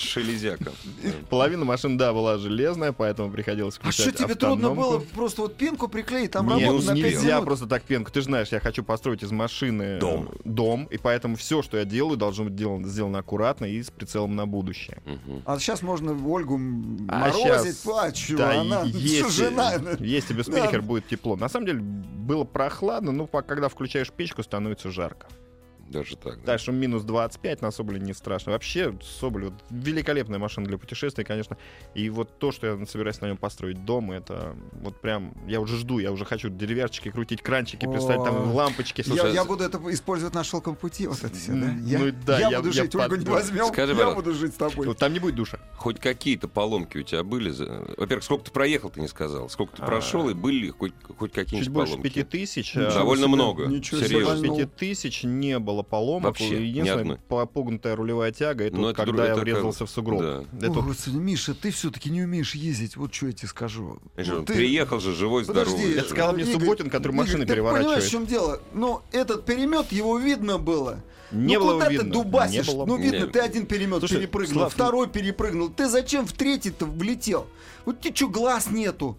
Шелезяка. Да.
Половина машин, да, была железная, поэтому приходилось
А
включать
что тебе трудно
автономку.
было просто вот пенку приклеить, там
Нет,
работа на пять
нельзя
минут.
просто так пенку. Ты же знаешь, я хочу построить из машины
Дом.
э, дом, и поэтому все, что я делаю, должно быть делано, сделано аккуратно и с прицелом на будущее.
Мгм.
А сейчас можно Ольгу м-
А
морозить,
щас-
а чего,
да,
она
и- если,
жена.
если без
Да.
пехер будет тепло. На самом деле было прохладно, но по- когда включаешь печку, становится жарко.
Даже так. да.
Так что минус 25 на Соболе не страшно. Вообще, Соболь вот, великолепная машина для путешествий, конечно. И вот то, что я собираюсь на нем построить дом, это вот прям... Я уже жду, я уже хочу деревяшечки крутить, кранчики
О.
пристать, там лампочки.
Я, я буду это использовать на шелковом пути, вот это все, да?
а Ну
Я,
да,
я
я-
буду
я
жить, Ольгу не
подумал.
возьмем,
Скажи,
я
пожалуйста.
буду жить с тобой.
Там не будет душа.
Хоть какие-то поломки у тебя были? за- Во-первых, сколько ты проехал, ты не сказал. Сколько ты
А.
прошел, и были ли хоть, хоть какие-нибудь
Чуть больше
поломки?
5000.
Ничего
а,
Довольно
себе,
много.
ничего себе.
серьезно.
Больше
Серьезно.
5000 не было поломок.
Вообще, ни
Единственное,
одной.
по- погнутая рулевая тяга, это
Но
вот
это друг-
когда я
это
врезался
как-
в сугроб.
да.
Это
О, Господи, Миша, ты все-таки не умеешь ездить, вот что я тебе скажу.
Знаешь,
Ну,
он
ты-
Приехал же живой, здоровый.
Это сказал мне Субботин, который машины
ты понимаешь,
переворачивает.
в чем дело? Ну, этот перемет, его видно было.
Не
ну,
было
куда ты
видно.
дубасишь?
Не было.
Ну,
Не.
видно, ты один перемет
Слушай,
перепрыгнул,
Слав,
второй перепрыгнул. Ты зачем в третий-то влетел? Вот тебе что, глаз нету?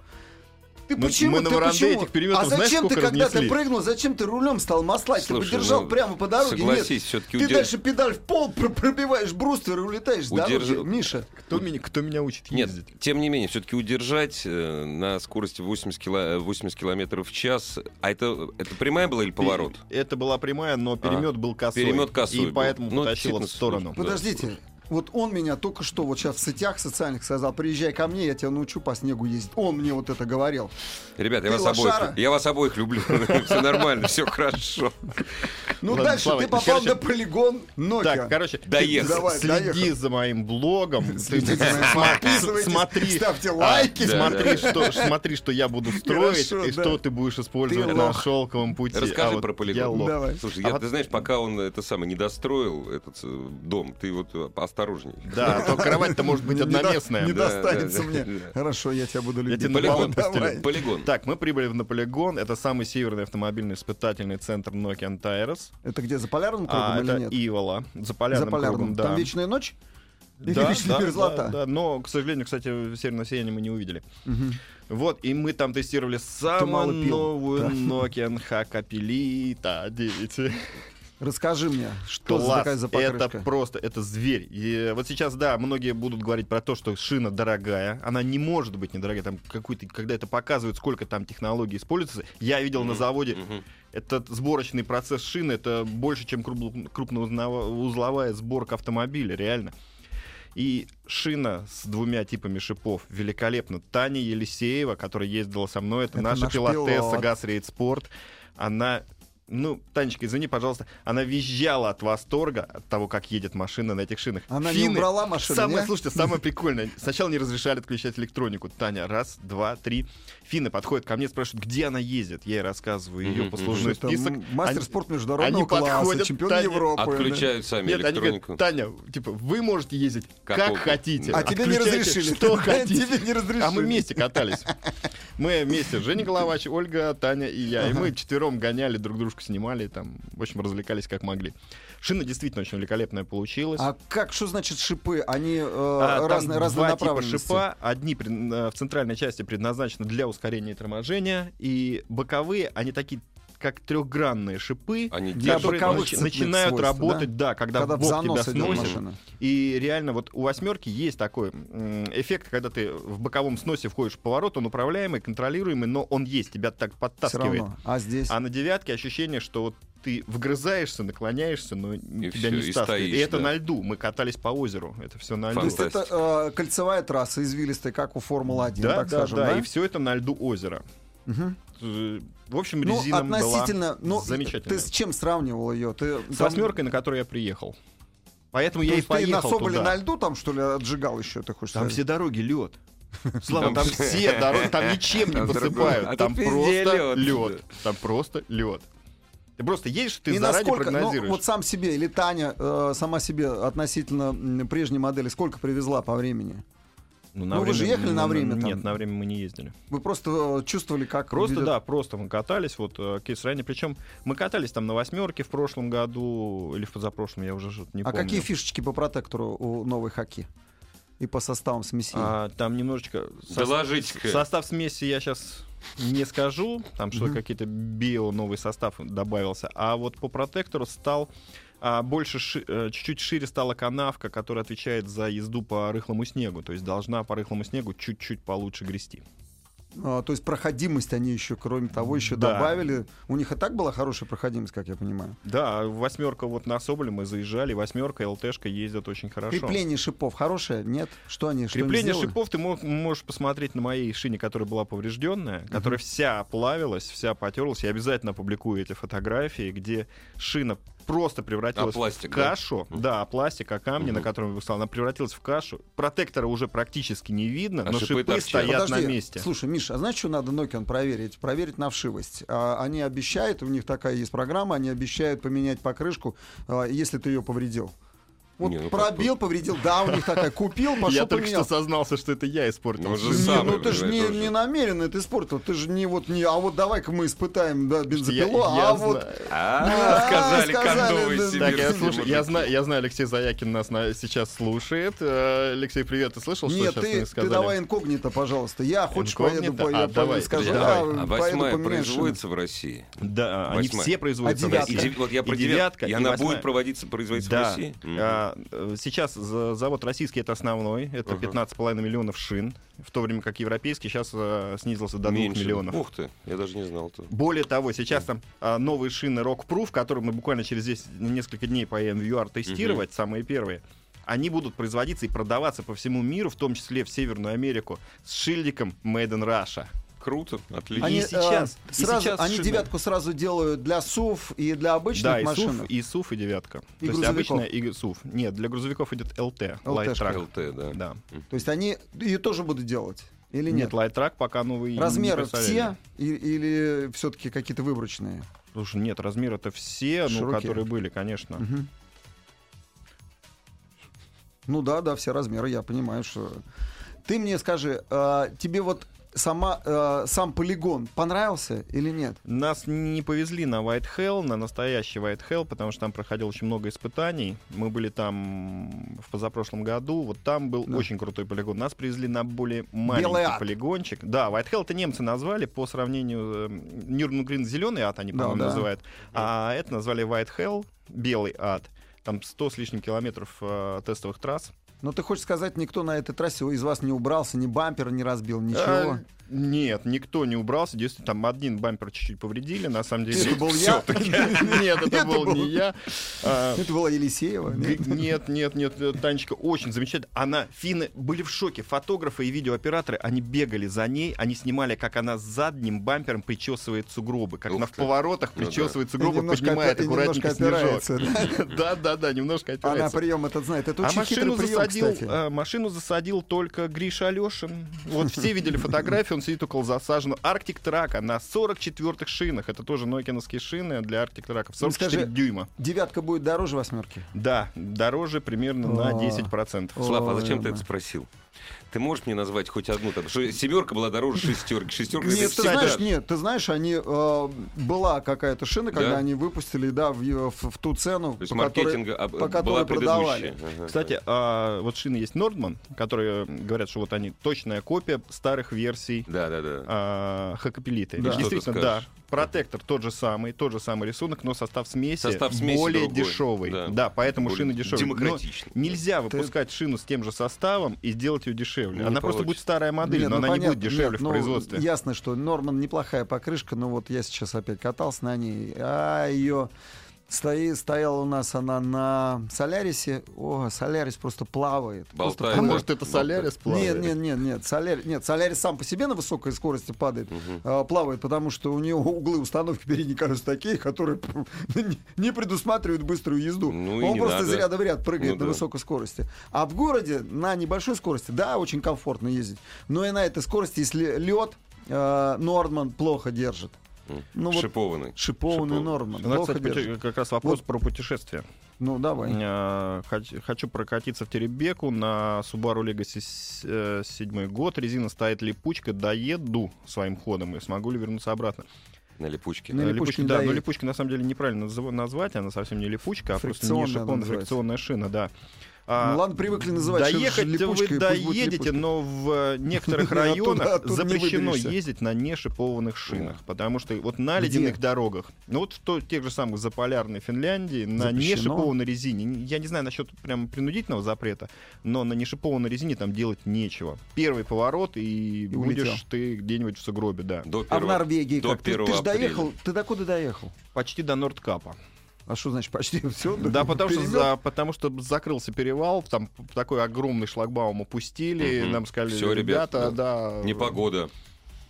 Ты
Мы-
почему?
Ну, мы на
ты
Варанде
почему?
этих переметов
а
знаешь,
зачем ты,
сколько
когда
разнесли?
ты прыгнул, зачем ты рулем стал маслать?
Слушай,
ты подержал
ну,
прямо по дороге.
согласись,
Нет,
всё-таки
Ты
удерж-
дальше педаль в пол пр- пробиваешь бруствер и улетаешь с дороги.
Удерж-
Миша.
Кто меня, кто меня учит
Нет,
ездить?
тем не менее, все-таки удержать э, на скорости 80, кило, 80 километров в час, а это, это прямая была или поворот? А,
Это была прямая, но перемет был косой.
Перемет косой
И
был.
поэтому
Ну,
потащило
действительно,
в сторону.
Да.
Подождите. Вот он меня только что вот сейчас в сетях социальных сказал, приезжай ко мне, я тебя научу по снегу ездить. Он мне вот это говорил.
Ребята, я
Ты
вас, обоих,
лошара.
я вас обоих люблю. Все нормально, все хорошо.
Ну
Ладно,
дальше
Слава,
ты
ну,
попал
короче-
на полигон Nokia.
Так, короче, ты
Доехал.
Давай,
следи
доехал.
за моим блогом. Ты
Следите за моим
сма-
блогом.
Смотри,
Ставьте
а,
лайки.
Да,
Смотри, что, смотри, что я буду строить
Хорошо,
и
да.
что ты будешь использовать
Ты
на
лох.
шелковом пути. А
Расскажи
вот
про
я
полигон.
лох.
Давай.
Слушай,
А
я,
вот-
ты знаешь, пока он это самое не достроил, этот э, дом, ты вот э, поосторожней.
Да, а то кровать-то может быть
Не до-
одноместная.
Не
да,
достанется
да,
мне.
да.
Хорошо, я тебя буду
Я
любить.
тебе на
Полигон
баллон постелю.
давай.
Полигон.
Так, мы прибыли в- на полигон. Это самый северный автомобильный испытательный центр Nokia Antares.
Это где, за полярным Ну, кругом
А,
или
это
нет?
Ивола. За полярным,
За полярным.
кругом, да.
Там вечная ночь? И
Да,
вечная
да,
мерзлота.
да, да. но, к сожалению, кстати, северное сияние мы не увидели.
Мгм.
Вот, и мы там тестировали
мало
самую
пил.
новую Nokia NH Capelita 9.
Расскажи мне, что за
Класс,
такая за покрышка?
это просто, это зверь. И вот сейчас, да, многие будут говорить про то, что шина дорогая, она не может быть недорогая. Там какой-то, когда это показывают, сколько там технологий используется. Я видел на заводе,
Мгм.
этот сборочный процесс шины, это больше, чем крупно- крупноузловая сборка автомобиля, реально. И шина с двумя типами шипов великолепна. Таня Елисеева, которая ездила со мной, это,
Это
наша
наш
пилотесса
пилот.
Газ Рейд Спорт, она... Ну, Танечка, извини, пожалуйста, она визжала от восторга от того, как едет машина на этих шинах.
Она не
Финны-
убрала машину,
Самое,
не?
слушайте, самое прикольное. Сначала не разрешали отключать электронику. Таня, раз, два, три. Финны подходят ко мне, спрашивают, где она ездит. Я ей рассказываю ее
Мгм,
послужной
Что это,
список.
м- мастер
Они-
спорта международного
они
класса,
подходят,
чемпион
Таня-
Европы. да.
Отключают сами
Нет, они
электронику.
говорят, Таня, типа, вы можете ездить как,
Как угодно.
хотите.
А тебе не
Отключайте,
разрешили.
Что хотите.
Тебе не разрешили.
А мы вместе катались. Мы вместе, Женя Головач, Ольга, Таня и я. И мы четвером гоняли, друг дружку снимали, там, в общем, развлекались как могли. Шина действительно очень великолепная получилась.
А как, что значит шипы? Они э,
А, там
разные, разные
два типа
направленности.
шипа. Одни пред- э, в центральной части предназначены для ускорения и торможения, и боковые, они такие как трехгранные шипы,
Они
Для
держат,
которые
боковых
нач-
цепных
начинают
свойств,
работать, да, когда,
Когда в
бок тебя
занос идет
сносит.
машина.
И реально вот у восьмерки есть такой м, эффект, когда ты в боковом сносе входишь в поворот, он управляемый, контролируемый, но он есть, тебя так
Все
подтаскивает.
равно. А здесь?
А на девятке ощущение, что вот ты вгрызаешься, наклоняешься, но тебя
всё,
не
и
стаскивает. И
стоишь,
это
да.
на льду. Мы катались по озеру. Это все на льду.
То есть это э, кольцевая трасса, извилистая, как у Формулы-1,
да,
так
да,
скажем,
да,
да?
и все это на льду озера.
Мгм.
Э, В общем,
Ну,
резина
относительно...
была
Ну,
замечательная.
ты с чем сравнивал ее? Ты,
С
там-
восьмеркой, на которой я приехал. Поэтому
То
я и
есть ты на
поехал
Соболе
туда.
на льду там, что ли, отжигал еще, ты хочешь
Там
сказать?
все дороги лед. Слава,
Там
там
всё-
все дороги, там ничем не
Там другое. А
посыпают. Там
тут везде
просто
лёд.
лед. Там просто лед. Ты просто едешь, ты
и
заранее
насколько, ну,
прогнозируешь.
вот сам себе, или Таня э, сама себе относительно м, прежней модели, сколько привезла по времени?
на
ну, вы же ехали на
ну,
время там.
Нет, на время мы не ездили.
Вы просто э, чувствовали, как...
Просто,
ведет-
да, просто мы катались, вот э, кейс ранее. Причем мы катались там на восьмерке в прошлом году или в позапрошлом, я уже что-то не
А
помню.
какие фишечки по протектору у новой хаки? И по составам смесей?
А, там немножечко... сос-
Доложите-ка.
Состав смеси я сейчас не скажу, там что
Мгм.
какие-то био новый состав добавился. А вот по протектору стал а, больше ши- э, чуть-чуть шире стала канавка, которая отвечает за езду по рыхлому снегу. То есть должна по рыхлому снегу чуть-чуть получше грести.
А, то есть проходимость они еще, кроме того, еще
Да.
добавили. У них и так была хорошая проходимость, как я понимаю.
Да, восьмерка вот на Соболе мы заезжали, восьмерка и ЛТшка ездят очень хорошо.
Крепление шипов хорошее? Нет? Что они? что им
Крепление
сделали?
шипов ты мог- можешь посмотреть на моей шине, которая была поврежденная, которая вся плавилась, вся потерлась. Я обязательно опубликую эти фотографии, где шина просто превратилась
А пластик,
в
да?
кашу. Да, пластик, а камни, на
Мгм.
котором я выстал, она превратилась в кашу. Протектора уже практически не видно,
А
но
шипы
шипы,
торчат.
стоят
Подожди,
на месте.
Слушай, Миша, а знаешь, что надо Nokian проверить? Проверить на вшивость. А, они обещают, у них такая есть программа, они обещают поменять покрышку, а, если ты ее повредил. Вот
Не, ну как
пробил, повредил, да, у них такая, купил,
Я
пошел
только что
поменял.
сознался, что это я испортил.
Ну, же
жизнь.
Не,
сам,
ну ты же не,
понимаешь, тоже.
не намеренно это испортил, ты же не вот не, а вот давай-ка мы испытаем да, бензопилу,
Я- я
а вот
знаю.
А,
Да,
сказали
сказали,
кондовые
да.
сибирские
Так,
Так, я, слушаю, я,
мужики.
знаю, я знаю, Алексей Заякин нас на- сейчас слушает. Э, Алексей, привет, ты слышал, что
Нет,
сейчас
ты,
мы
ты
сказали?
давай инкогнито, пожалуйста. Я хочешь поеду,
Инкогнито?
по,
А,
я
давай,
поеду, скажу,
Подожди,
да,
давай.
а,
А
поеду
восьмая
поменяешь шины.
производится в России?
Да, они
Восьмая.
все производятся.
А
в
девятка?
И
России.
дев- вот я про
И девятка,
девятку. И она
восьмая.
будет проводиться, производиться в
Да.
России? Мгм.
А, э, сейчас за- завод российский это основной, это
Ага.
15,5 миллионов шин, в то время как европейский сейчас э, снизился до 2
Меньше.
миллионов.
Ух ты, я даже не знал. -то.
Более того, сейчас там а, новые шины Rock Proof, которые мы буквально через 10, несколько дней поедем в UR тестировать, самые первые, они будут производиться и продаваться по всему миру, в том числе в Северную Америку, с шильдиком Made in Russia.
Круто, отлично.
Они- сейчас-
э,
и
сразу,
сейчас
они
шины.
девятку сразу делают для СУВ и для обычных
Да, и
машин.
СУФ, и СУФ, и девятка. То
И
есть
грузовиков.
обычная и СУФ. Нет, для грузовиков идет LT, Light
LT-шка.
Truck.
ЛТ, да.
А Да.
То есть они ее тоже будут делать или
Нет,
нет?
Light Truck пока новые не
Размеры
представили.
все и- или все-таки какие-то выборочные?
Слушай, нет, размер это все, ну,
Широкие.
которые были, конечно.
Мгм. Ну да, да, все размеры, я понимаю, что. Ты мне скажи, а, тебе вот сама э, сам полигон понравился или нет?
Нас не повезли на White Hell, на настоящий White Hell, потому что там проходило очень много испытаний. Мы были там в позапрошлом году, вот там был
Да.
очень крутой полигон. Нас привезли на более маленький
ад.
полигончик. Да, White Hell это немцы назвали по сравнению... э, Нюрнбергрин зеленый ад они,
Да,
по-моему,
да.
называют. А это назвали White Hell, белый ад. Там 100 с лишним километров э, тестовых трасс.
Но ты хочешь сказать, никто на этой трассе из вас не убрался, ни бампер не разбил, ничего.
А, нет, никто не убрался. Действительно, там один бампер чуть-чуть повредили, на самом деле.
Это был я?
Всё-таки. Нет, это
Это
был
был-
не я. А,
Это была Елисеева.
г-
нет?
Нет, нет, нет, э, Танечка очень замечательно. Она, финны были в шоке. Фотографы и видеооператоры, они бегали за ней, они снимали, как она задним бампером причесывает сугробы, как
Ух
она в
ты.
поворотах
Ну да.
причесывает
И
сугробы,
немножко
поднимает
опя- и
аккуратненько
немножко
снежок.
опирается,
Да, да, да, немножко
Она
опирается.
прием этот знает. Это
А
очень
машину
хитрый прием,
засадил,
кстати.
э, машину засадил только Гриша Алешин. Вот все видели фотографию, он сидит около засаженного. Арктик Трака на 44-х шинах. Это тоже нокиновские шины для Арктик Траков.
Ну,
44
скажи-
дюйма.
Девятка будет дороже восьмерки.
Да, дороже примерно
А.
на 10%.
Слав, а зачем ты
Ой,
это спросил? Ты можешь мне назвать хоть одну там? Что семерка была дороже шестерки. Шестерка это
Нет, ты
всегда-
знаешь, нет, ты знаешь, они э, была какая-то шина, когда
Да?
они выпустили, да, в, ее- в- в ту цену,
То есть
по которой-
маркетинга а,
по
была
которой
предыдущая.
продавали.
Ага.
Кстати, а, вот шины есть Nordman, которые говорят, что вот они точная копия старых версий
да, да, да.
а, Хакапелиты.
Да.
И Действительно,
Что ты
да.
скажешь?
Протектор тот же самый, тот же самый рисунок, но состав смеси,
Состав смеси
более
другой,
дешевый.
да.
Да, поэтому
Более
шины дешевле. Но
демократичный.
Нельзя выпускать шину с тем же составом и сделать ее дешевле.
Не
она просто будет
получится.
старая модель,
Нет,
но
ну,
она не
понятно,
будет дешевле
нет,
в
ну,
производстве.
Ясно, что Норман неплохая покрышка, но вот я сейчас опять катался на ней, а ее стои, стояла у нас она на Солярисе. О, Солярис просто плавает.
Болтает,
А
Просто
да.
плавает.
может, это Солярис плавает?
Нет, нет, нет, нет, Солярис, нет, Солярис сам по себе на высокой скорости падает, а, плавает, потому что у нее углы установки передней, кажется, такие, которые пф, не- не предусматривают быструю езду.
Ну и
Он
не
просто
надо.
из ряда в ряд прыгает
Ну
на
да.
высокой скорости. А в городе на небольшой скорости, да, очень комфортно ездить, но и на этой скорости, если лед, Норман плохо держит. Ну вот
Шипованный.
шипованный
Шипов-
Норман
У нас,
плохо
Ну, кстати, пути-
держит.
как раз вопрос
Вот.
про путешествие.
Ну давай.
А, хоч- Хочу прокатиться в Теребеку на Subaru Legacy с- э, седьмой год. Резина стоит липучка, доеду своим ходом и смогу ли вернуться обратно.
На липучке.
На
Э,
липучке
липучка, да, но
доедет.
липучка на самом деле неправильно назв- назвать, она совсем не липучка, а просто не
Фрикционная она
шипон,
называется.
фрикционная шина, да. А,
Ну ладно, привыкли называть, что
Доехать
ж липучкой,
вы
пусть будет а
доедете,
липучкой.
но в э, некоторых
Оттуда-
районах
оттуда не
запрещено
выберешься.
ездить на нешипованных шинах, потому что вот на
Где?
ледяных дорогах, ну вот в то- тех же самых заполярной Финляндии, на
Запрещено?
нешипованной резине, я не знаю насчет прям принудительного запрета, но на нешипованной резине там делать нечего. Первый поворот и, будешь
улетел.
ты где-нибудь в сугробе, да.
До
А в
первого-
Норвегии
до
как? Ты, ты
1
же
апреля.
доехал, ты до куда доехал?
Почти до Нордкапа.
А что значит почти все?
Да, потому что, за- потому что закрылся перевал, там п- такой огромный шлагбаум опустили,
Мгм.
нам сказали,
Всё, ребят,
ребята, да.
Непогода.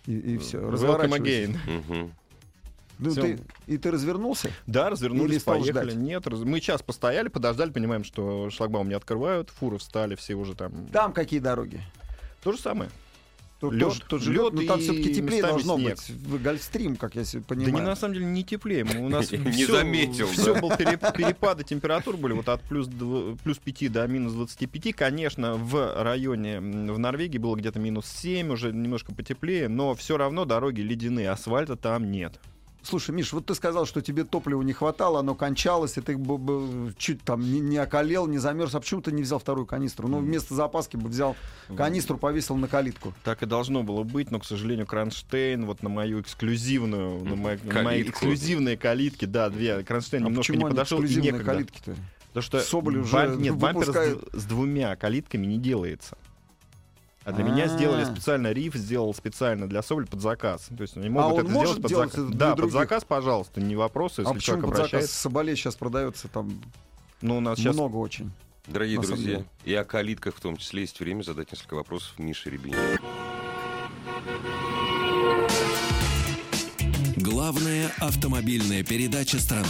И, все,
Welcome again.
Мгм.
Ну,
Всё.
ты, и ты развернулся?
Да,
Или
развернулись,
стал
поехали.
ждать?
Нет, раз- мы час постояли, подождали, понимаем, что шлагбаум не открывают, фуры встали, все уже там.
Там какие дороги?
То же самое.
Тут
Лёд.
тоже, тоже
Лёд
лёд, но там
и
все-таки теплее
местами
должно
снег.
быть. В Гольфстрим, как я себе
Да
понимаю.
не на самом деле не теплее. Мы- У нас
Не
всё-
заметил,
Все
да.
был пере- перепады температур были вот от плюс, дв- плюс 5 до минус 25. Конечно, в районе м, в Норвегии было где-то минус 7, уже немножко потеплее, но все равно дороги ледяные, асфальта там нет.
Слушай, Миш, вот ты сказал, что тебе топлива не хватало, оно кончалось, и ты бы- бы чуть там не, не околел, не замерз. А почему ты не взял вторую канистру? Ну, вместо запаски бы взял канистру, повесил на калитку.
Так и должно было быть, но, к сожалению, Кронштейн, вот на мою эксклюзивную, на, мои- на мои
Калитку.
эксклюзивные калитки, да, две, Кронштейн
а
немножко
почему
не
они
подошел, и
эксклюзивные
некогда.
калитки-то? А
Потому что
Соболь уже
бам- нет, бампер с,
выпускает.
д- с двумя калитками не делается. А для меня
А.
сделали специально риф, сделал специально для Соболь под заказ. То есть они
А
могут
он
это
может
сделать под
делать
заказ.
это для
Да, под
других?
заказ, пожалуйста, не вопрос, если
а почему
человек
под
обращается.
заказ Соболей сейчас продается там
Ну, у нас сейчас
много очень?
Дорогие
На самом
друзья,
деле.
и о калитках в том числе есть время задать несколько вопросов Мише Рябинину.
Главная автомобильная передача страны.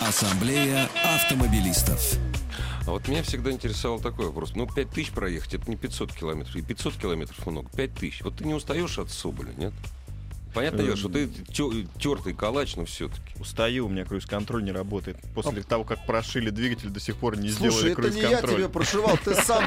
Ассамблея автомобилистов.
А вот меня всегда интересовал такой вопрос. Ну, 5 тысяч проехать, это не 500 километров. И 500 километров много, 5 тысяч. Вот ты не устаешь от Соболя, нет? Понятно, дело, что ты тертый калач, но все-таки.
устаю, у меня круиз-контроль не работает. После
А-
того, как прошили двигатель, до сих пор не
Слушай,
сделали
это не я
круиз-контроль.
тебе прошивал, ты сам.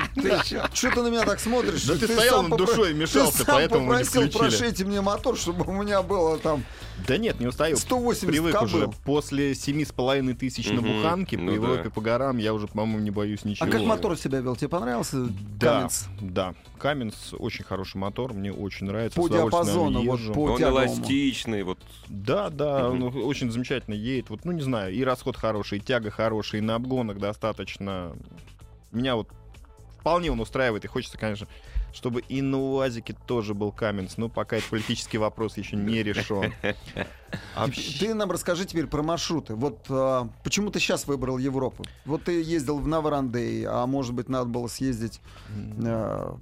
Что ты на меня так смотришь?
Да ты стоял
сам
над
попро-
душой и мешался,
ты сам
поэтому мы не
попросил,
включили.
прошите мне мотор, чтобы у меня было там
Да нет, не устаю.
180
Привык
кобыл.
уже. После семи с половиной тысяч на
Мгм.
буханке по
Ну
Европе,
да.
по горам, я уже, по-моему, не боюсь
А
ничего.
как мотор себя вел? Тебе понравился?
Да,
Каменс?
да. Каменс очень хороший мотор, мне очень нравится.
По
с удовольствием на нем
диапазону, вот
езжу.
по-
Он
тяговому.
эластичный, вот
Да, да,
Мгм.
он очень замечательно едет. Вот, ну не знаю, и расход хороший, и тяга хорошая, и на обгонах достаточно. Меня вот вполне он устраивает, и хочется, конечно, чтобы и на УАЗике тоже был Каменс, но пока это политический вопрос еще не решен. Вообще-
Ты нам расскажи теперь про маршруты. Вот а, почему ты сейчас выбрал Европу? Вот ты ездил в Наварандей, а может быть надо было съездить, а,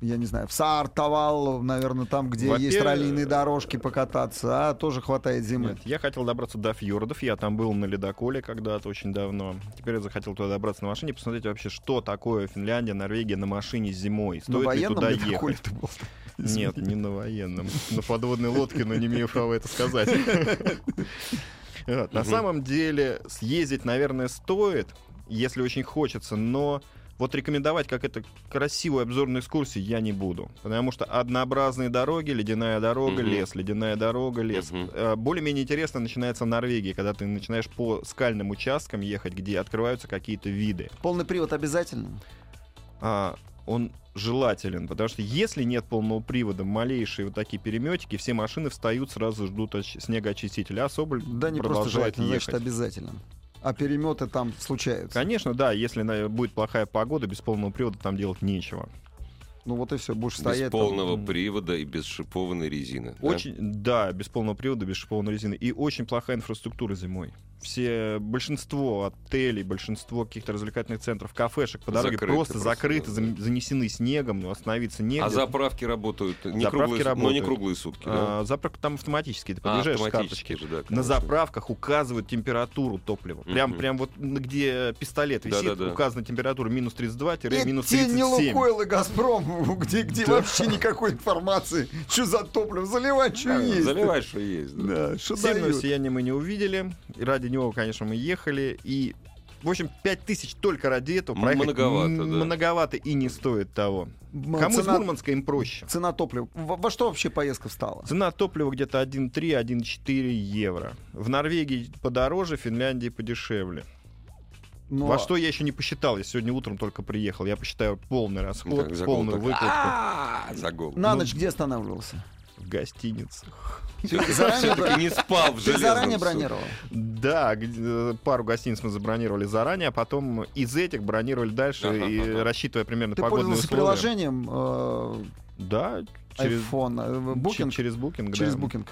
я не знаю, в Саартовал, наверное, там, где есть
Во-первых,
раллийные дорожки покататься, а тоже хватает зимы.
Нет, я хотел добраться до фьордов, я там был на ледоколе когда-то очень давно. Теперь я захотел туда добраться на машине, посмотреть вообще, что такое Финляндия, Норвегия на машине зимой.
На
Стоит ли
военном
туда
ледоколе
ехать?
ты был?
Нет, не на военном. На подводной лодке, но не имею права это сказать. Вот, На
Мгм.
самом деле съездить, наверное, стоит, если очень хочется, но вот рекомендовать как это красивую обзорную экскурсию я не буду. Потому что однообразные дороги, ледяная дорога,
Мгм.
лес, ледяная дорога, лес.
Мгм.
Э, Более-менее интересно начинается в Норвегии, когда ты начинаешь по скальным участкам ехать, где открываются какие-то виды.
Полный привод обязательно?
а, он желателен, потому что если нет полного привода, малейшие вот такие переметики, все машины встают, сразу ждут оч- снегоочистителя, а Соболь
Да не просто
продолжает
желательно,
ехать.
значит обязательно. А переметы там случаются.
Конечно, да, если на- будет плохая погода, без полного привода там делать нечего.
Ну вот и все, будешь
без
стоять. там.
полного
м.
привода и без шипованной резины. да?
Очень, да, без полного привода, без шипованной резины. И очень плохая инфраструктура зимой. Все, большинство отелей, большинство каких-то развлекательных центров, кафешек по дороге
Закрыты
просто,
просто,
закрыты,
да.
зам- занесены снегом, но остановиться негде.
А заправки работают не
Заправки
круглые, сутки, но не
работают.
круглые сутки. да?
А, заправка там автоматически, ты
А,
подъезжаешь с
автоматически
карточки.
же, да,
На
конечно.
заправках указывают температуру топлива. Прям,
Мгм.
прям вот м, где пистолет висит,
Да-да-да.
указана температура минус 32
И
минус
те не
37.
Лукойл и Газпром, где, где вообще никакой информации. Что за топливо? Заливай, что есть.
Заливай, что есть. да.
Да, что
Северное
дают.
сияние мы не увидели. И ради него, конечно, мы ехали. И, в общем, 5000 только ради этого проехать
Многовато,
м,
да.
многовато и не стоит того.
М,
Кому из
цена,
Мурманска им проще.
цена топлива. Во, во что вообще поездка встала?
Цена топлива где-то 1,3-1,4 евро. В Норвегии подороже, в Финляндии подешевле.
Ну,
Во что я еще не посчитал, я сегодня утром только приехал. Я посчитаю полный расход,
Так, за голову
полную
так.
выкладку
А, за голову.
На
ну-
ночь где останавливался?
в гостиницах.
Ты Ну, заранее бро-
Все-таки не спал в
ты
железном
заранее
суде.
бронировал?
Да, г- э, пару гостиниц мы забронировали заранее, а потом из этих бронировали дальше,
Ага,
и
ага.
рассчитывая примерно
Ты
погодные
пользовался
условия.
приложением э,
Да, через
iPhone, э,
ч-
Booking,
через Booking, да.
через Booking.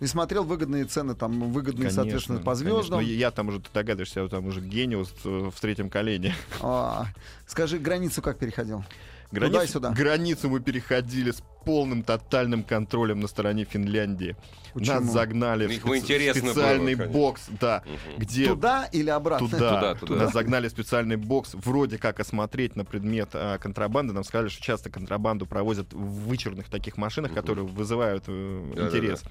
И смотрел выгодные цены, там выгодные,
Конечно,
соответственно, по
конечно.
звездам.
Ну, я там уже, ты догадываешься, я там уже гениус э, в третьем колене.
А, скажи, границу как переходил?
Границу,
Туда и сюда.
границу мы переходили с полным тотальным контролем на стороне Финляндии. Нас
Почему?
загнали
Их
в специ-
интересно было,
специальный
конечно.
бокс, да, где
Туда или обратно?
Туда,
Туда,
туда.
Нас загнали в специальный бокс, вроде как осмотреть на предмет а, контрабанды. Нам сказали, что часто контрабанду провозят в вычурных таких машинах,
Мгм.
которые вызывают э,
Да-да-да.
интерес.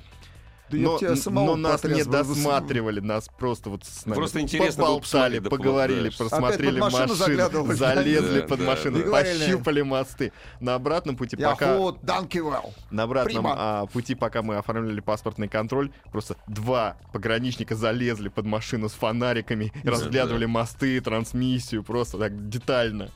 Да я
но,
б тебя
н-
самого
но нас
потряс
не
бы, зас-
досматривали, нас просто вот с нами
Просто интересно было
поболтали,
посмотреть, да,
поговорили,
да.
просмотрели
Опять под машину
машины,
заглядывали.
залезли
Да,
под
да,
машину,
да. И говорили,
пощупали мосты. На обратном пути
Я
пока...
ход, danke well.
На обратном
Прима.
а, пути, пока мы оформляли паспортный контроль, просто два пограничника залезли под машину с фонариками, и
Да,
разглядывали
да.
мосты, трансмиссию, просто так детально.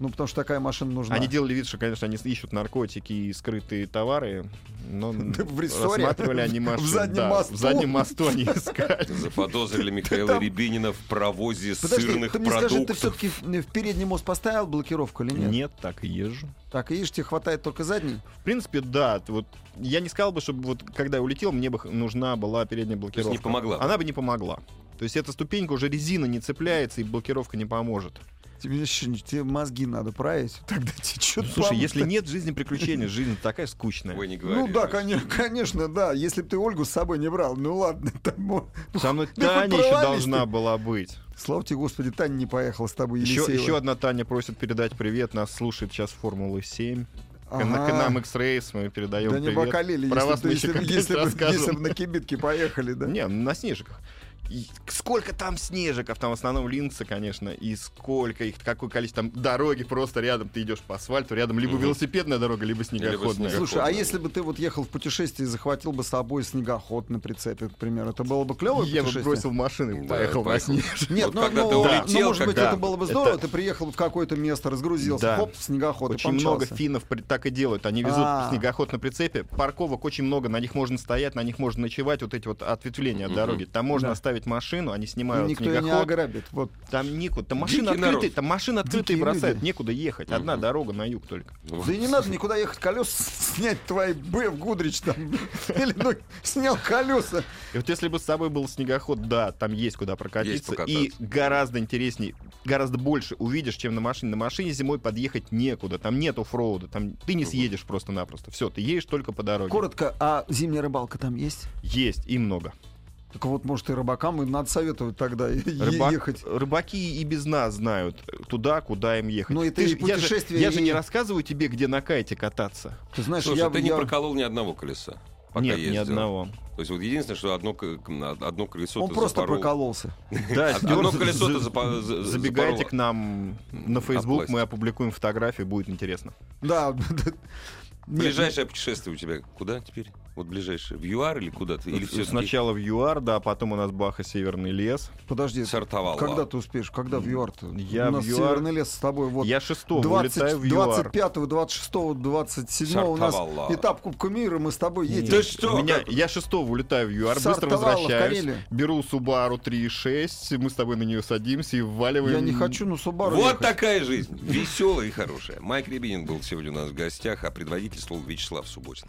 Ну, потому что такая машина нужна.
Они делали вид, что, конечно, они ищут наркотики и скрытые товары, но
Да в рессоре?
рассматривали они
В
машину.
заднем
да,
мосту?
В заднем мосту они искали.
Заподозрили Михаила
там-
Рябинина в провозе
Подожди,
сырных
ты мне скажи, ты
продуктов.
все-таки в передний мост поставил блокировку или нет?
Нет, так и езжу.
Так, и видишь, тебе хватает только задний.
В принципе, да. т- Вот я не сказал бы, чтобы вот когда я улетел, мне бы х- нужна была передняя
есть
блокировка.
не помогла.
Она бы не помогла. То есть эта ступенька уже резина не цепляется и блокировка не поможет.
Тебе, еще не- тебе мозги надо править. Тогда тебе что-то
Ну, Слушай, если нет жизни приключений, жизнь такая скучная.
Ой, не говори.
Ну да, коне- конечно, да. Если бы ты Ольгу с собой не брал, ну ладно. там, мо-
Со мной
Да хоть
Таня еще
провались
должна
ты.
была быть.
Слава тебе, Господи, Таня не поехала с тобой,
Еще,
Елисеева.
еще одна Таня просит передать привет. Нас слушает сейчас Формула-7. К- на-
Ага.
К нам X-Race мы передаем
Да не
привет.
бокалили,
Про вас
если,
мы
бы-
еще как-нибудь
если, бы- если бы-
расскажем.
если бы на кибитке поехали, да.
Не, ну, на снежиках. И сколько там снежиков, там в основном линксы, конечно, и сколько их, какое количество, там дороги просто рядом, ты идешь по асфальту, рядом либо
Мгм.
велосипедная дорога, либо снегоходная.
снег.
Слушай, а
Снегоход, да.
если бы ты вот ехал в путешествие и захватил бы с собой снегоход на прицепе, к примеру, это было бы клевое
Я бы
путешествие?
бросил машину и
Да,
поехал на
поехал.
снег.
Нет,
Вот
ну,
когда
ну,
ты
ну,
улетел,
может быть,
когда-
это было бы
Это-
здорово, ты приехал в какое-то место, разгрузился,
Да.
хоп, снегоход, и
Очень много
помчался.
финнов при- так и делают. Они везут
А.
снегоход на прицепе. Парковок очень много, на них можно стоять, на них можно ночевать. Вот эти вот ответвления от
Мгм.
дороги. Там можно
Да.
оставить машину, они
И
снимают
Ну, никто и не
э, снегоход.
ограбит. Вот.
Там некуда. Там машины
Дикий
открытые,
народ.
там машины открытые
Дикие
бросают.
люди.
Некуда ехать. Одна
Мгм. Ну
дорога на юг только.
Вот.
Да и не надо никуда ехать, колеса снять твои Б в Гудрич там. Или ну, снял колеса.
И вот если бы с собой был снегоход, да, там есть куда прокатиться. и
покататься.
гораздо интереснее, гораздо больше увидишь, чем на машине. На машине зимой подъехать некуда. Там нет оффроуда. Там ты не
Мгм.
съедешь просто-напросто. Все, ты едешь только по дороге.
Коротко, а зимняя рыбалка там есть?
Есть и много.
Так вот, может, и рыбакам и надо советовать тогда е-
Рыбак-
ехать.
Рыбаки и без нас знают э, туда, куда им ехать.
Ну, это
Ты
и
ж- я, же,
путешествие,
я же
и-
не рассказываю тебе, где на кайте кататься.
Ты знаешь,
Слушай,
я,
ты
я-
не проколол ни одного колеса. Пока
Нет, ни
ездил.
одного.
То есть вот единственное, что одно, к- к- одно колесо
он
ты
просто
запорол.
прокололся.
Да,
Од- Одно
Стюарт,
колесо ты
за-
запо- за-
Забегайте
запорола.
к нам на Facebook,
Отплатите.
мы опубликуем фотографии, будет интересно.
Да. да. Нет, ну-
Ближайшее путешествие у тебя куда теперь? Вот ближайшее. В ЮАР или куда ты? Или все
Ну, Сначала в ЮАР, да, а потом у нас Баха Северный лес.
ну, Подожди,
сортовал?
когда ты успеешь? Когда в ЮАР? -то?
Я в
У нас
ЮАР-
Северный лес с тобой. Вот.
Я шестого улетаю
20,
в ЮАР.
25, 26, 27 у нас
Сортовала.
этап Кубка мира, мы с тобой едем.
Да что?
У меня,
Как?
я шестого улетаю в ЮАР, быстро
Сортовала в
возвращаюсь,
Карелию.
беру Субару 3.6, мы с тобой на нее садимся и вваливаем.
Я не хочу на Субару
Вот
ехать.
такая жизнь. Веселая и хорошая. Майк Рябинин был сегодня у нас в гостях, а предводительствовал Вячеслав Субботин.